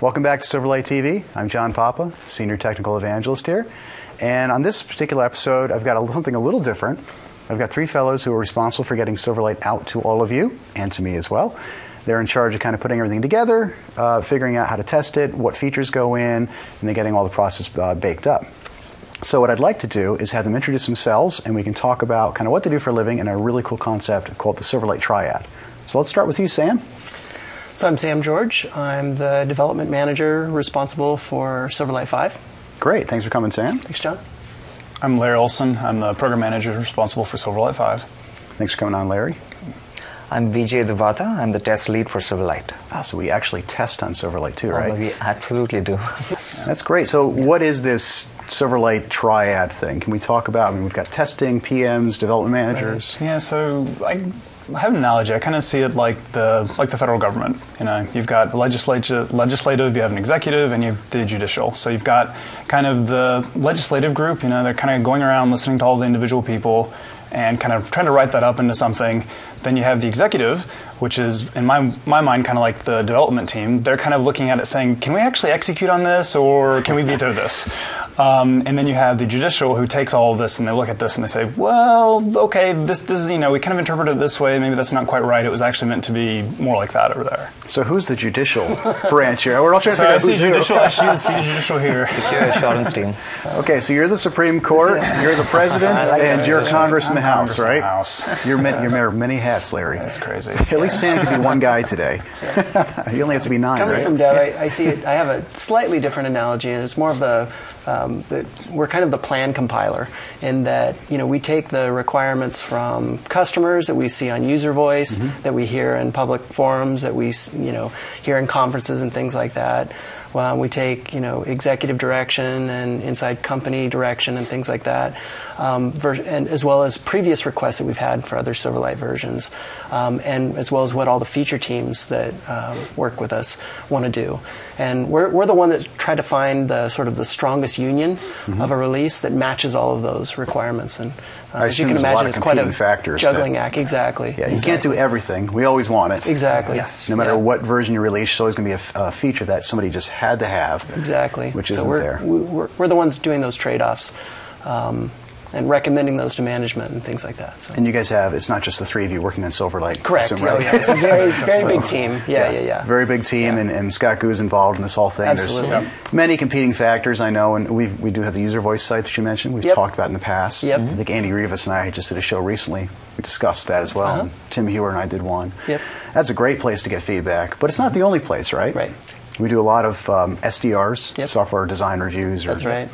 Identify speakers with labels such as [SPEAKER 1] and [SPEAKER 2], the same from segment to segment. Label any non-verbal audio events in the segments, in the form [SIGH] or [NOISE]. [SPEAKER 1] Welcome back to Silverlight TV. I'm John Papa, Senior Technical Evangelist here. And on this particular episode, I've got a, something a little different. I've got three fellows who are responsible for getting Silverlight out to all of you and to me as well. They're in charge of kind of putting everything together, uh, figuring out how to test it, what features go in, and then getting all the process uh, baked up. So, what I'd like to do is have them introduce themselves and we can talk about kind of what they do for a living and a really cool concept called the Silverlight Triad. So, let's start with you, Sam.
[SPEAKER 2] So I'm Sam George. I'm the development manager responsible for Silverlight 5.
[SPEAKER 1] Great. Thanks for coming, Sam.
[SPEAKER 2] Thanks, John.
[SPEAKER 3] I'm Larry Olson. I'm the program manager responsible for Silverlight 5.
[SPEAKER 1] Thanks for coming on, Larry.
[SPEAKER 4] I'm Vijay Devata. I'm the test lead for Silverlight.
[SPEAKER 1] Ah, so we actually test on Silverlight too, right?
[SPEAKER 4] Oh, we absolutely do.
[SPEAKER 1] That's great. So, what is this Silverlight triad thing? Can we talk about? I mean, we've got testing, PMs, development managers.
[SPEAKER 3] Yeah, so I have an analogy. I kind of see it like the like the federal government. You know, you've got legislative, legislative, you have an executive, and you have the judicial. So you've got kind of the legislative group. You know, they're kind of going around listening to all the individual people and kind of trying to write that up into something. Then you have the executive, which is in my my mind kind of like the development team. They're kind of looking at it, saying, "Can we actually execute on this, or can we veto this?" Um, and then you have the judicial, who takes all of this and they look at this and they say, "Well, okay, this does you know we kind of interpreted it this way. Maybe that's not quite right. It was actually meant to be more like that over there."
[SPEAKER 1] So who's the
[SPEAKER 3] [LAUGHS]
[SPEAKER 1] judicial branch here? We're all trying to
[SPEAKER 3] So
[SPEAKER 1] figure
[SPEAKER 3] I
[SPEAKER 1] out
[SPEAKER 3] see
[SPEAKER 1] who's
[SPEAKER 3] judicial.
[SPEAKER 1] who.
[SPEAKER 3] I see see the judicial here.
[SPEAKER 4] Here, Shorenstein.
[SPEAKER 1] [LAUGHS] Okay, so you're the Supreme Court, you're the
[SPEAKER 3] [LAUGHS]
[SPEAKER 1] president, and you're Congress in the
[SPEAKER 3] I'm
[SPEAKER 1] House,
[SPEAKER 3] Congress in the
[SPEAKER 1] right? [LAUGHS]
[SPEAKER 3] House.
[SPEAKER 1] You're ma- you're mayor of many hats, Larry.
[SPEAKER 3] That's crazy.
[SPEAKER 1] At least Sam could be one guy today. [LAUGHS] you only have to be nine,
[SPEAKER 2] Coming
[SPEAKER 1] right?
[SPEAKER 2] from Dev, I, I see it, I have a slightly different analogy, and it's more of the, um, the we're kind of the plan compiler in that you know we take the requirements from customers that we see on user voice, that we hear in public forums, that we s- you know hear in conferences and things like that. Well, we take you know executive direction and inside company direction and things like that, um, ver- and as well as previous requests that we've had for other Silverlight versions, um, and as well as what all the feature teams that um, work with us want to do. And we're, we're the one that try to find the sort of the strongest union
[SPEAKER 1] Mm-hmm.
[SPEAKER 2] of a release that matches all of those requirements. And uh,
[SPEAKER 1] I
[SPEAKER 2] as you
[SPEAKER 1] assume
[SPEAKER 2] can
[SPEAKER 1] there's a lot
[SPEAKER 2] imagine,
[SPEAKER 1] of
[SPEAKER 2] it's quite a
[SPEAKER 1] competing factors
[SPEAKER 2] juggling
[SPEAKER 1] that-
[SPEAKER 2] act. Exactly.
[SPEAKER 1] Yeah, you can't do everything. We always want it.
[SPEAKER 2] Exactly. Yes.
[SPEAKER 1] No matter
[SPEAKER 2] Yeah.
[SPEAKER 1] what version you release, there's always going to be a f- a, feature that somebody just had to have.
[SPEAKER 2] Exactly.
[SPEAKER 1] Which
[SPEAKER 2] so
[SPEAKER 1] isn't
[SPEAKER 2] we're,
[SPEAKER 1] there.
[SPEAKER 2] we- We're, we're the ones doing those trade-offs um, and recommending those to management and things like that. So.
[SPEAKER 1] And you guys have, it's not just the three of you working on Silverlight.
[SPEAKER 2] Correct.
[SPEAKER 1] I assume,
[SPEAKER 2] Yeah,
[SPEAKER 1] right?
[SPEAKER 2] yeah. It's
[SPEAKER 1] [LAUGHS]
[SPEAKER 2] a very, very big team. Yeah, yeah, yeah.
[SPEAKER 1] Very big team, and, and Scott Goo is involved in this whole thing.
[SPEAKER 2] Absolutely.
[SPEAKER 1] There's
[SPEAKER 2] Yep.
[SPEAKER 1] many competing factors, I know, and we we do have the user voice site that you mentioned. We've
[SPEAKER 2] Yep.
[SPEAKER 1] talked about in the past.
[SPEAKER 2] Yep.
[SPEAKER 1] I think Andy Rivas and I just did a show recently. We discussed that as well.
[SPEAKER 2] Uh-huh.
[SPEAKER 1] and Tim Hewer and I did one.
[SPEAKER 2] Yep.
[SPEAKER 1] That's a great place to get feedback, but it's not the only place, right?
[SPEAKER 2] Right.
[SPEAKER 1] We do a lot of um, SDRs,
[SPEAKER 2] Yep.
[SPEAKER 1] software design reviews. Or Mm-hmm.
[SPEAKER 2] That's right.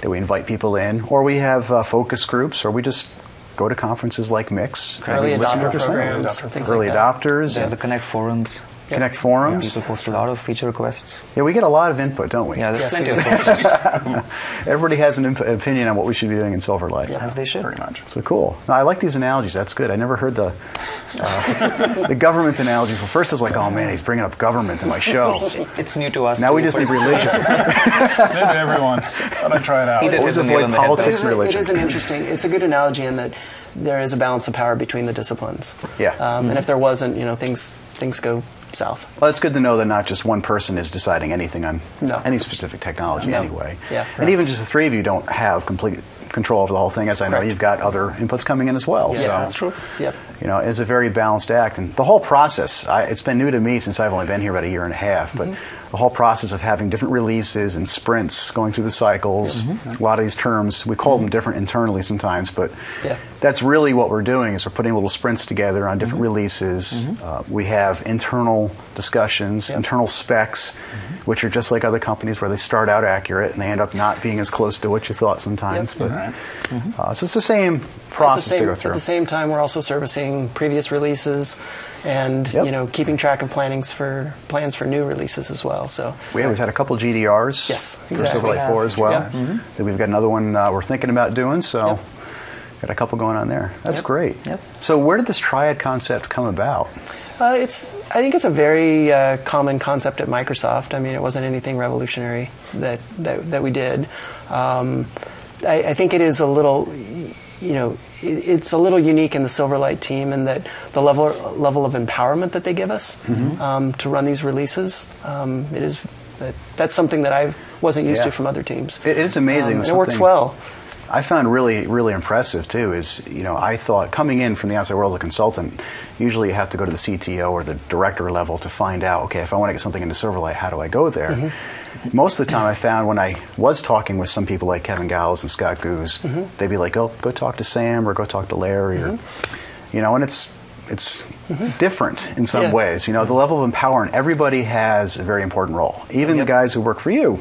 [SPEAKER 1] That we invite people in, or we have uh, focus groups, or we just go to conferences like Mix. and
[SPEAKER 2] Early
[SPEAKER 1] we listen to
[SPEAKER 2] adopter
[SPEAKER 1] what they're saying.
[SPEAKER 2] programs, things
[SPEAKER 1] Early
[SPEAKER 2] like that.
[SPEAKER 1] adopters.
[SPEAKER 4] [LAUGHS] There's
[SPEAKER 1] and-
[SPEAKER 4] the Connect forums.
[SPEAKER 1] Connect forums.
[SPEAKER 4] People post a lot of feature requests.
[SPEAKER 1] Yeah, we get a lot of input, don't we?
[SPEAKER 4] Yeah,
[SPEAKER 2] Yes,
[SPEAKER 4] there's plenty
[SPEAKER 2] we
[SPEAKER 4] of
[SPEAKER 1] [LAUGHS]
[SPEAKER 4] forums,
[SPEAKER 1] Everybody has an imp- opinion on what we should be doing in Silverlight.
[SPEAKER 2] Yeah.
[SPEAKER 4] as they should.
[SPEAKER 3] Pretty much.
[SPEAKER 1] So cool. No, I like these analogies. That's good. I never heard the uh, the government analogy. For first, I was like, oh man, he's bringing up government in my show.
[SPEAKER 4] It's new to us.
[SPEAKER 1] now we
[SPEAKER 4] too,
[SPEAKER 1] just
[SPEAKER 4] but
[SPEAKER 1] need religion.
[SPEAKER 3] It's new to everyone. Thought I'd try it out.
[SPEAKER 4] [LAUGHS] He did
[SPEAKER 1] Always
[SPEAKER 4] hit the
[SPEAKER 1] avoid
[SPEAKER 4] nail on the head,
[SPEAKER 1] politics.
[SPEAKER 2] It is,
[SPEAKER 4] though.
[SPEAKER 1] and
[SPEAKER 2] a-
[SPEAKER 1] religion.
[SPEAKER 2] it is an interesting. It's a good analogy in that there is a balance of power between the disciplines.
[SPEAKER 1] Yeah. Mm-hmm.
[SPEAKER 2] Um, And if there wasn't, you know, things things go south.
[SPEAKER 1] well, it's good to know that not just one person is deciding anything on
[SPEAKER 2] No.
[SPEAKER 1] any specific technology,
[SPEAKER 2] No.
[SPEAKER 1] anyway.
[SPEAKER 2] Yeah.
[SPEAKER 1] And even just the three of you don't have complete control over the whole thing. As I know,
[SPEAKER 2] Correct.
[SPEAKER 1] you've got other inputs coming in as well.
[SPEAKER 2] Yes,
[SPEAKER 1] so.
[SPEAKER 2] that's
[SPEAKER 4] true.
[SPEAKER 2] Yep.
[SPEAKER 1] you know, it's a very balanced act. And the whole process, I, it's been new to me since I've only been here about a year and a half, but
[SPEAKER 2] Mm-hmm.
[SPEAKER 1] the whole process of having different releases and sprints going through the cycles,
[SPEAKER 2] Mm-hmm.
[SPEAKER 1] a lot of these terms, we call them different internally sometimes, but
[SPEAKER 2] Yeah.
[SPEAKER 1] that's really what we're doing is we're putting little sprints together on different
[SPEAKER 2] Mm-hmm.
[SPEAKER 1] releases. Uh, we have internal discussions,
[SPEAKER 2] Yep. Mm-hmm.
[SPEAKER 1] internal specs, which are just like other companies where they start out accurate and they end up not being as close to what you thought sometimes. But
[SPEAKER 3] Alright.
[SPEAKER 1] uh, so it's the same
[SPEAKER 2] Mm-hmm. At the,
[SPEAKER 1] process
[SPEAKER 2] same,
[SPEAKER 1] to go
[SPEAKER 2] at
[SPEAKER 1] through.
[SPEAKER 2] the same time, we're also servicing previous releases, and
[SPEAKER 1] Yep.
[SPEAKER 2] you know, keeping track of plannings for plans for new releases as well. So
[SPEAKER 1] Yeah, we've had a couple GDRs.
[SPEAKER 2] Yes,
[SPEAKER 1] For
[SPEAKER 2] exactly.
[SPEAKER 1] Silverlight 4 as well.
[SPEAKER 2] Yeah. Mm-hmm.
[SPEAKER 1] Then we've got another one uh, we're thinking about doing, so
[SPEAKER 2] Yep.
[SPEAKER 1] got a couple going on there. That's
[SPEAKER 2] Yep.
[SPEAKER 1] great.
[SPEAKER 4] Yep.
[SPEAKER 1] So, where did this triad concept come about?
[SPEAKER 2] Uh, it's, I think it's a very uh, common concept at Microsoft. I mean, it wasn't anything revolutionary that, that, that we did. Um, I, I think it is a little, you know, it, it's a little unique in the Silverlight team in that the level,
[SPEAKER 1] Mm-hmm.
[SPEAKER 2] level of empowerment that they give us um, to run these releases, um, it is That, that's something that I wasn't used
[SPEAKER 1] Yeah.
[SPEAKER 2] to from other teams.
[SPEAKER 1] It- it's amazing.
[SPEAKER 2] Um, and it works
[SPEAKER 1] Something-
[SPEAKER 2] well.
[SPEAKER 1] I found really, really impressive too is, you know, I thought coming in from the outside world as a consultant, usually you have to go to the CTO or the director level to find out, okay, if I want to get something into Silverlight, how do I go there? Most of the time I found when I was talking with some people like Kevin Giles and Scott Goose, they'd be like, oh, go talk to Sam or go talk to Larry or, you know, and it's, it's different in some
[SPEAKER 2] Yeah.
[SPEAKER 1] ways. You know, the level of empowerment, everybody has a very important role. Even the guys who work for you,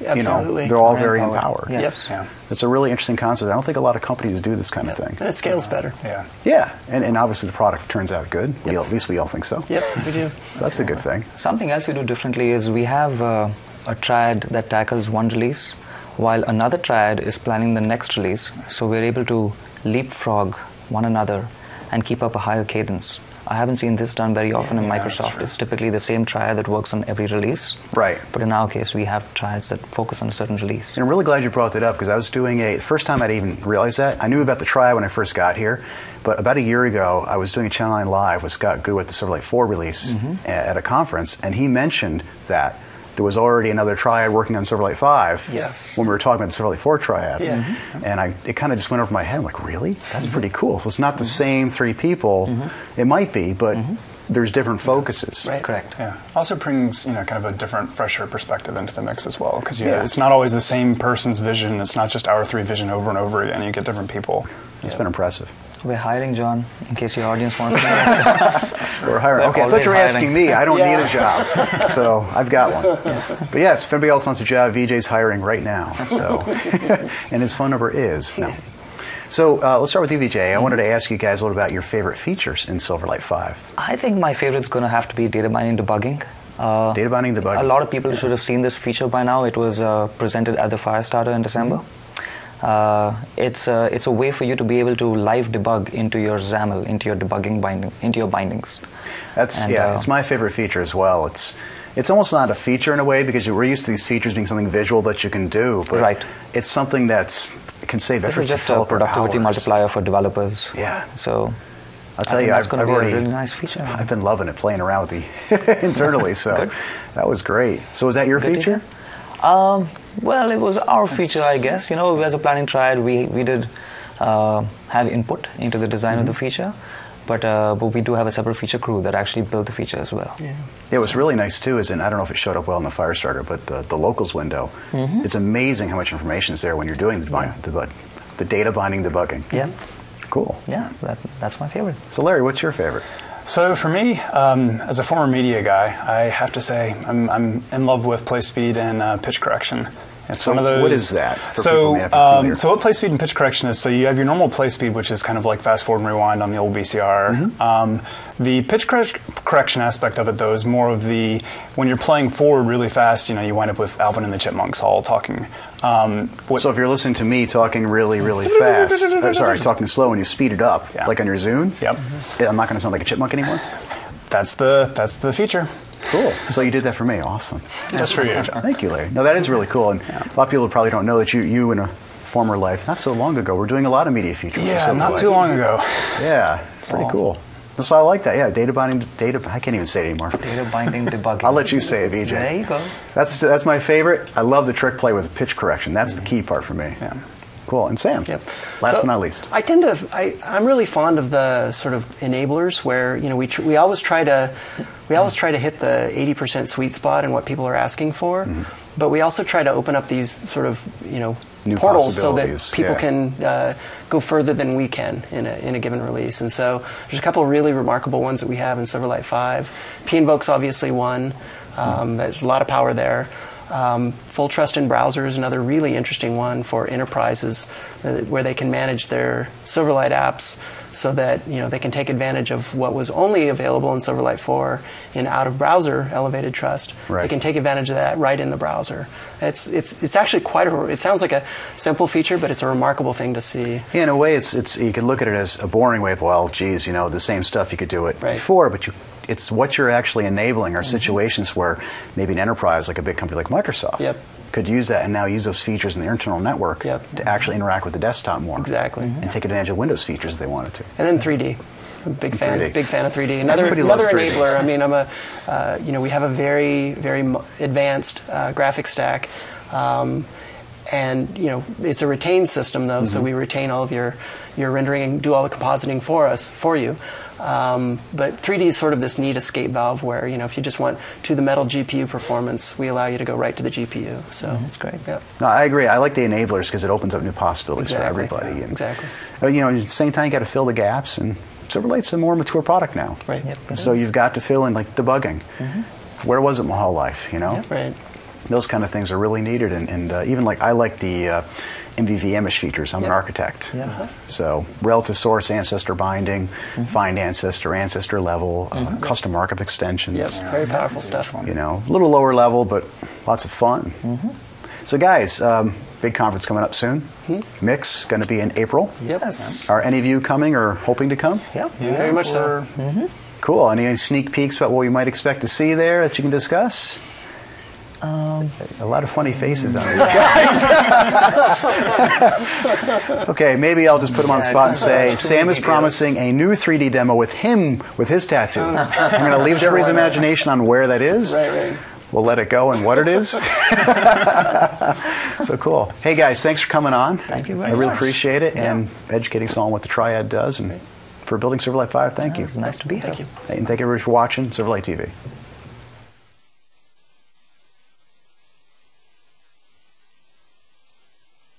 [SPEAKER 1] you
[SPEAKER 2] Absolutely.
[SPEAKER 1] know, they're all very
[SPEAKER 4] Very empowered.
[SPEAKER 1] empowered.
[SPEAKER 4] Yeah.
[SPEAKER 2] Yes.
[SPEAKER 3] Yeah.
[SPEAKER 1] It's a really interesting concept. I don't think a lot of companies do this kind of thing.
[SPEAKER 2] And it scales better.
[SPEAKER 3] Yeah.
[SPEAKER 1] Yeah, and, and obviously the product turns out good. We
[SPEAKER 2] Yep.
[SPEAKER 1] all- at least we all think so.
[SPEAKER 2] Yep, we do.
[SPEAKER 1] So that's a good thing.
[SPEAKER 4] Something else we do differently is we have uh, a triad that tackles one release, while another triad is planning the next release. So we're able to leapfrog one another and keep up a higher cadence. I haven't seen this done very often in
[SPEAKER 3] Yeah, that's
[SPEAKER 4] Microsoft.
[SPEAKER 3] true.
[SPEAKER 4] It's typically the same triad that works on every release.
[SPEAKER 1] Right.
[SPEAKER 4] But in our case, we have triads that focus on a certain release.
[SPEAKER 1] And I'm really glad you brought that up because I was doing a first time I'd even realized that. I knew about the triad when I first got here, but about a year ago I was doing a Channel 9 Live with Scott Goo at the Silverlight 4 release
[SPEAKER 2] Mm-hmm.
[SPEAKER 1] a- at a conference, and he mentioned that there was already another triad working on Silverlight 5
[SPEAKER 2] Yes.
[SPEAKER 1] when we were talking about the Silverlight 4 triad. Mm-hmm.
[SPEAKER 2] Yeah. Mm-hmm. Mhm.
[SPEAKER 1] And I, it kind of just went over my head. I'm like, really? That's pretty cool. So it's not the
[SPEAKER 2] Mm-hmm.
[SPEAKER 1] same three people. It might be, but there's different focuses.
[SPEAKER 2] Right.
[SPEAKER 4] Correct.
[SPEAKER 3] Yeah. Also brings, you know, kind of a different, fresher perspective into the mix as well. Because
[SPEAKER 1] Yeah.
[SPEAKER 3] yeah, it's not always the same person's vision. It's not just our three vision over and over again. You get different people.
[SPEAKER 1] It's been impressive.
[SPEAKER 4] We're hiring John, in case your audience wants
[SPEAKER 3] [LAUGHS]
[SPEAKER 4] to know.
[SPEAKER 1] We're hiring.
[SPEAKER 4] We're
[SPEAKER 1] Okay, I thought you were
[SPEAKER 4] always
[SPEAKER 1] asking
[SPEAKER 4] hiring.
[SPEAKER 1] me. I don't
[SPEAKER 2] Yeah.
[SPEAKER 1] need a job, so I've got one.
[SPEAKER 4] [LAUGHS]
[SPEAKER 1] But yes, if anybody else wants a job, VJ's hiring right now. So,
[SPEAKER 4] [LAUGHS]
[SPEAKER 1] and his phone number is no. So uh, let's start with you, VJ. I
[SPEAKER 4] Mm-hmm.
[SPEAKER 1] wanted to ask you guys a little about your favorite features in Silverlight Five.
[SPEAKER 4] I think my favorite's going to have to be data mining debugging. Uh,
[SPEAKER 1] Data binding debugging.
[SPEAKER 4] A lot of people should have seen this feature by now. It was uh, presented at the Firestarter in December. Uh, it's, a, it's a way for you to be able to live debug into your XAML, into your debugging binding, into your bindings.
[SPEAKER 1] That's
[SPEAKER 4] And,
[SPEAKER 1] yeah.
[SPEAKER 4] uh,
[SPEAKER 1] it's my favorite feature as well. It's it's almost not a feature in a way because we're used to these features being something visual that you can do, but
[SPEAKER 4] Right.
[SPEAKER 1] it's something that's it can save
[SPEAKER 4] This
[SPEAKER 1] effort
[SPEAKER 4] is just a
[SPEAKER 1] developer
[SPEAKER 4] productivity
[SPEAKER 1] hours.
[SPEAKER 4] multiplier for developers.
[SPEAKER 1] Yeah.
[SPEAKER 4] So
[SPEAKER 1] I'll tell
[SPEAKER 4] I think
[SPEAKER 1] you,
[SPEAKER 4] that's
[SPEAKER 1] I've-
[SPEAKER 4] going
[SPEAKER 1] I've
[SPEAKER 4] to be
[SPEAKER 1] already-
[SPEAKER 4] a really nice feature.
[SPEAKER 1] I've been loving it, playing around with the [LAUGHS] internally. So
[SPEAKER 4] Good.
[SPEAKER 1] that was great. So was that your
[SPEAKER 4] Good to
[SPEAKER 1] feature?
[SPEAKER 4] Um, well, it was our feature, I guess. You know, as a planning triad, we, we did uh, have input into the design
[SPEAKER 1] Mm-hmm.
[SPEAKER 4] of the feature, but, uh, but we do have a separate feature crew that actually built the feature as well.
[SPEAKER 2] Yeah.
[SPEAKER 1] It was really nice too. Is in I don't know if it showed up well in the Firestarter, but the, the locals window.
[SPEAKER 4] Mm-hmm.
[SPEAKER 1] It's amazing how much information is there when you're doing the, bind, the, bud- the data binding debugging.
[SPEAKER 4] Yeah,
[SPEAKER 1] Cool.
[SPEAKER 4] yeah, that, that's my favorite.
[SPEAKER 1] So Larry, what's your favorite?
[SPEAKER 3] So for me, um, as a former media guy, I have to say I'm, I'm in love with play speed and uh, pitch correction. It's
[SPEAKER 1] So
[SPEAKER 3] one of those.
[SPEAKER 1] what is that for people who
[SPEAKER 3] so,
[SPEAKER 1] may not be familiar?
[SPEAKER 3] um, so what play speed and pitch correction is? So you have your normal play speed, which is kind of like fast forward and rewind on the old VCR.
[SPEAKER 1] Mm-hmm.
[SPEAKER 3] Um, the pitch cor- correction aspect of it, though, is more of the when you're playing forward really fast. You know, you wind up with Alvin and the Chipmunks all talking. Um, what,
[SPEAKER 1] So if you're listening to me talking really,
[SPEAKER 3] [LAUGHS]
[SPEAKER 1] really fast, or sorry, talking slow, and you speed it up,
[SPEAKER 3] Yeah.
[SPEAKER 1] like on your Zune,
[SPEAKER 3] Yep.
[SPEAKER 1] I'm not going to sound like a chipmunk
[SPEAKER 3] [LAUGHS]
[SPEAKER 1] anymore.
[SPEAKER 3] that's the that's the feature.
[SPEAKER 1] Cool. So you did that for me. Awesome.
[SPEAKER 3] Just for you, John.
[SPEAKER 1] Thank you, Larry. No, that is really cool. And a lot of people probably don't know that you, you in a former life, not so long ago, were doing a lot of media features. for
[SPEAKER 3] Yeah, not
[SPEAKER 1] Silverlight.
[SPEAKER 3] too long ago.
[SPEAKER 1] Yeah, it's pretty
[SPEAKER 3] all.
[SPEAKER 1] cool. So I like that. Yeah, data binding, data. I can't even say it anymore.
[SPEAKER 4] Data [LAUGHS] binding debugging.
[SPEAKER 1] I'll let you say it, E VJ.
[SPEAKER 4] There you go.
[SPEAKER 1] That's that's my favorite. I love the trick play with pitch correction. That's the key part for me.
[SPEAKER 3] Yeah.
[SPEAKER 1] Cool. And Sam.
[SPEAKER 2] Yep.
[SPEAKER 1] Last
[SPEAKER 2] So,
[SPEAKER 1] but not least.
[SPEAKER 2] I tend to. I, I'm really fond of the sort of enablers where you know we tr- we always try to we always try to hit the 80% sweet spot in what people are asking for, but we also try to open up these sort of you know
[SPEAKER 1] Mm-hmm. New
[SPEAKER 2] portals so that
[SPEAKER 1] possibilities,
[SPEAKER 2] people
[SPEAKER 1] yeah.
[SPEAKER 2] can uh, go further than we can in a, in a given release. And so there's a couple of really remarkable ones that we have in Silverlight 5. P Invoke's obviously one. Um, There's a lot of power there. Um, full trust in browser is another really interesting one for enterprises uh, where they can manage their Silverlight apps so that you know they can take advantage of what was only available in Silverlight 4 in out of browser elevated trust.
[SPEAKER 1] Right.
[SPEAKER 2] They can take advantage of that right in the browser. It's it's it's actually quite a it sounds like a simple feature, but it's a remarkable thing to see.
[SPEAKER 1] Yeah, in a way, it's it's you can look at it as a boring way of well, geez, you know, the same stuff you could do it
[SPEAKER 2] Right. Mm-hmm.
[SPEAKER 1] before, but you, it's what you're actually enabling are situations where maybe an enterprise like a big company like Microsoft
[SPEAKER 2] Yep.
[SPEAKER 1] could use that and now use those features in their internal network
[SPEAKER 2] Yep.
[SPEAKER 1] to actually interact with the desktop more
[SPEAKER 2] Exactly.
[SPEAKER 1] and take advantage of Windows features if they wanted to.
[SPEAKER 2] And then 3D. I'm a big fan,
[SPEAKER 1] 3D.
[SPEAKER 2] big fan of 3D. Another
[SPEAKER 1] Everybody
[SPEAKER 2] another
[SPEAKER 1] loves 3D.
[SPEAKER 2] enabler. I mean, I'm a, uh, you know, we have a very very mo- advanced uh, graphic stack. Um, and you know it's a retained system though,
[SPEAKER 1] Mm-hmm.
[SPEAKER 2] so we retain all of your your rendering and do all the compositing for us for you. Um, but 3D is sort of this neat escape valve where you know if you just want to the metal GPU performance, we allow you to go right to the GPU. So
[SPEAKER 4] Mm-hmm. that's great.
[SPEAKER 2] Yeah.
[SPEAKER 1] No, I agree. I like the enablers because it opens up new possibilities for
[SPEAKER 2] Exactly.
[SPEAKER 1] everybody. And,
[SPEAKER 2] Exactly.
[SPEAKER 1] uh, You know, at the same time, you got to fill the gaps, and Silverlight's a more mature product now.
[SPEAKER 2] Right. Mm-hmm.
[SPEAKER 1] So you've got to fill in like debugging. Where was it my whole life? You know,
[SPEAKER 2] Right.
[SPEAKER 1] those kind of things are really needed. And, and uh, even like I like the uh, MVVM-ish features. I'm an
[SPEAKER 2] Yeah. Mm-hmm.
[SPEAKER 1] architect,
[SPEAKER 4] Yeah. Uh-huh.
[SPEAKER 1] so relative source, ancestor binding, find ancestor, ancestor level, uh, custom markup extensions.
[SPEAKER 2] Yep. Very powerful
[SPEAKER 3] that's a rich
[SPEAKER 2] stuff.
[SPEAKER 3] one.
[SPEAKER 1] You know, a little lower level, but lots of fun.
[SPEAKER 2] Mm-hmm.
[SPEAKER 1] So guys, um, big conference coming up soon. Mix going to be in April.
[SPEAKER 2] Hmm? Yep.
[SPEAKER 4] Yes.
[SPEAKER 1] Are any of you coming or hoping to come?
[SPEAKER 4] Yeah.
[SPEAKER 3] Yeah,
[SPEAKER 2] Very much so.
[SPEAKER 3] we're-
[SPEAKER 1] Cool. Any sneak peeks about what we might expect to see there that you can discuss? a lot of funny faces on these guys. [LAUGHS] okay, maybe I'll just put him on the spot and say Sam is promising a new 3D demo with him with his tattoo. I'm going [LAUGHS] to leave to everybody's imagination on where that is.
[SPEAKER 2] Right, right.
[SPEAKER 1] We'll let it go and what it [LAUGHS] is. so cool. Hey guys, thanks for coming on. Thank
[SPEAKER 4] you
[SPEAKER 1] I
[SPEAKER 4] very
[SPEAKER 1] really
[SPEAKER 4] much.
[SPEAKER 1] appreciate it and educating us all on what the triad does and for building Silverlight 5. Thank
[SPEAKER 4] It
[SPEAKER 1] you.
[SPEAKER 4] was nice to be here.
[SPEAKER 2] Thank you.
[SPEAKER 1] And thank everybody for watching Silverlight TV.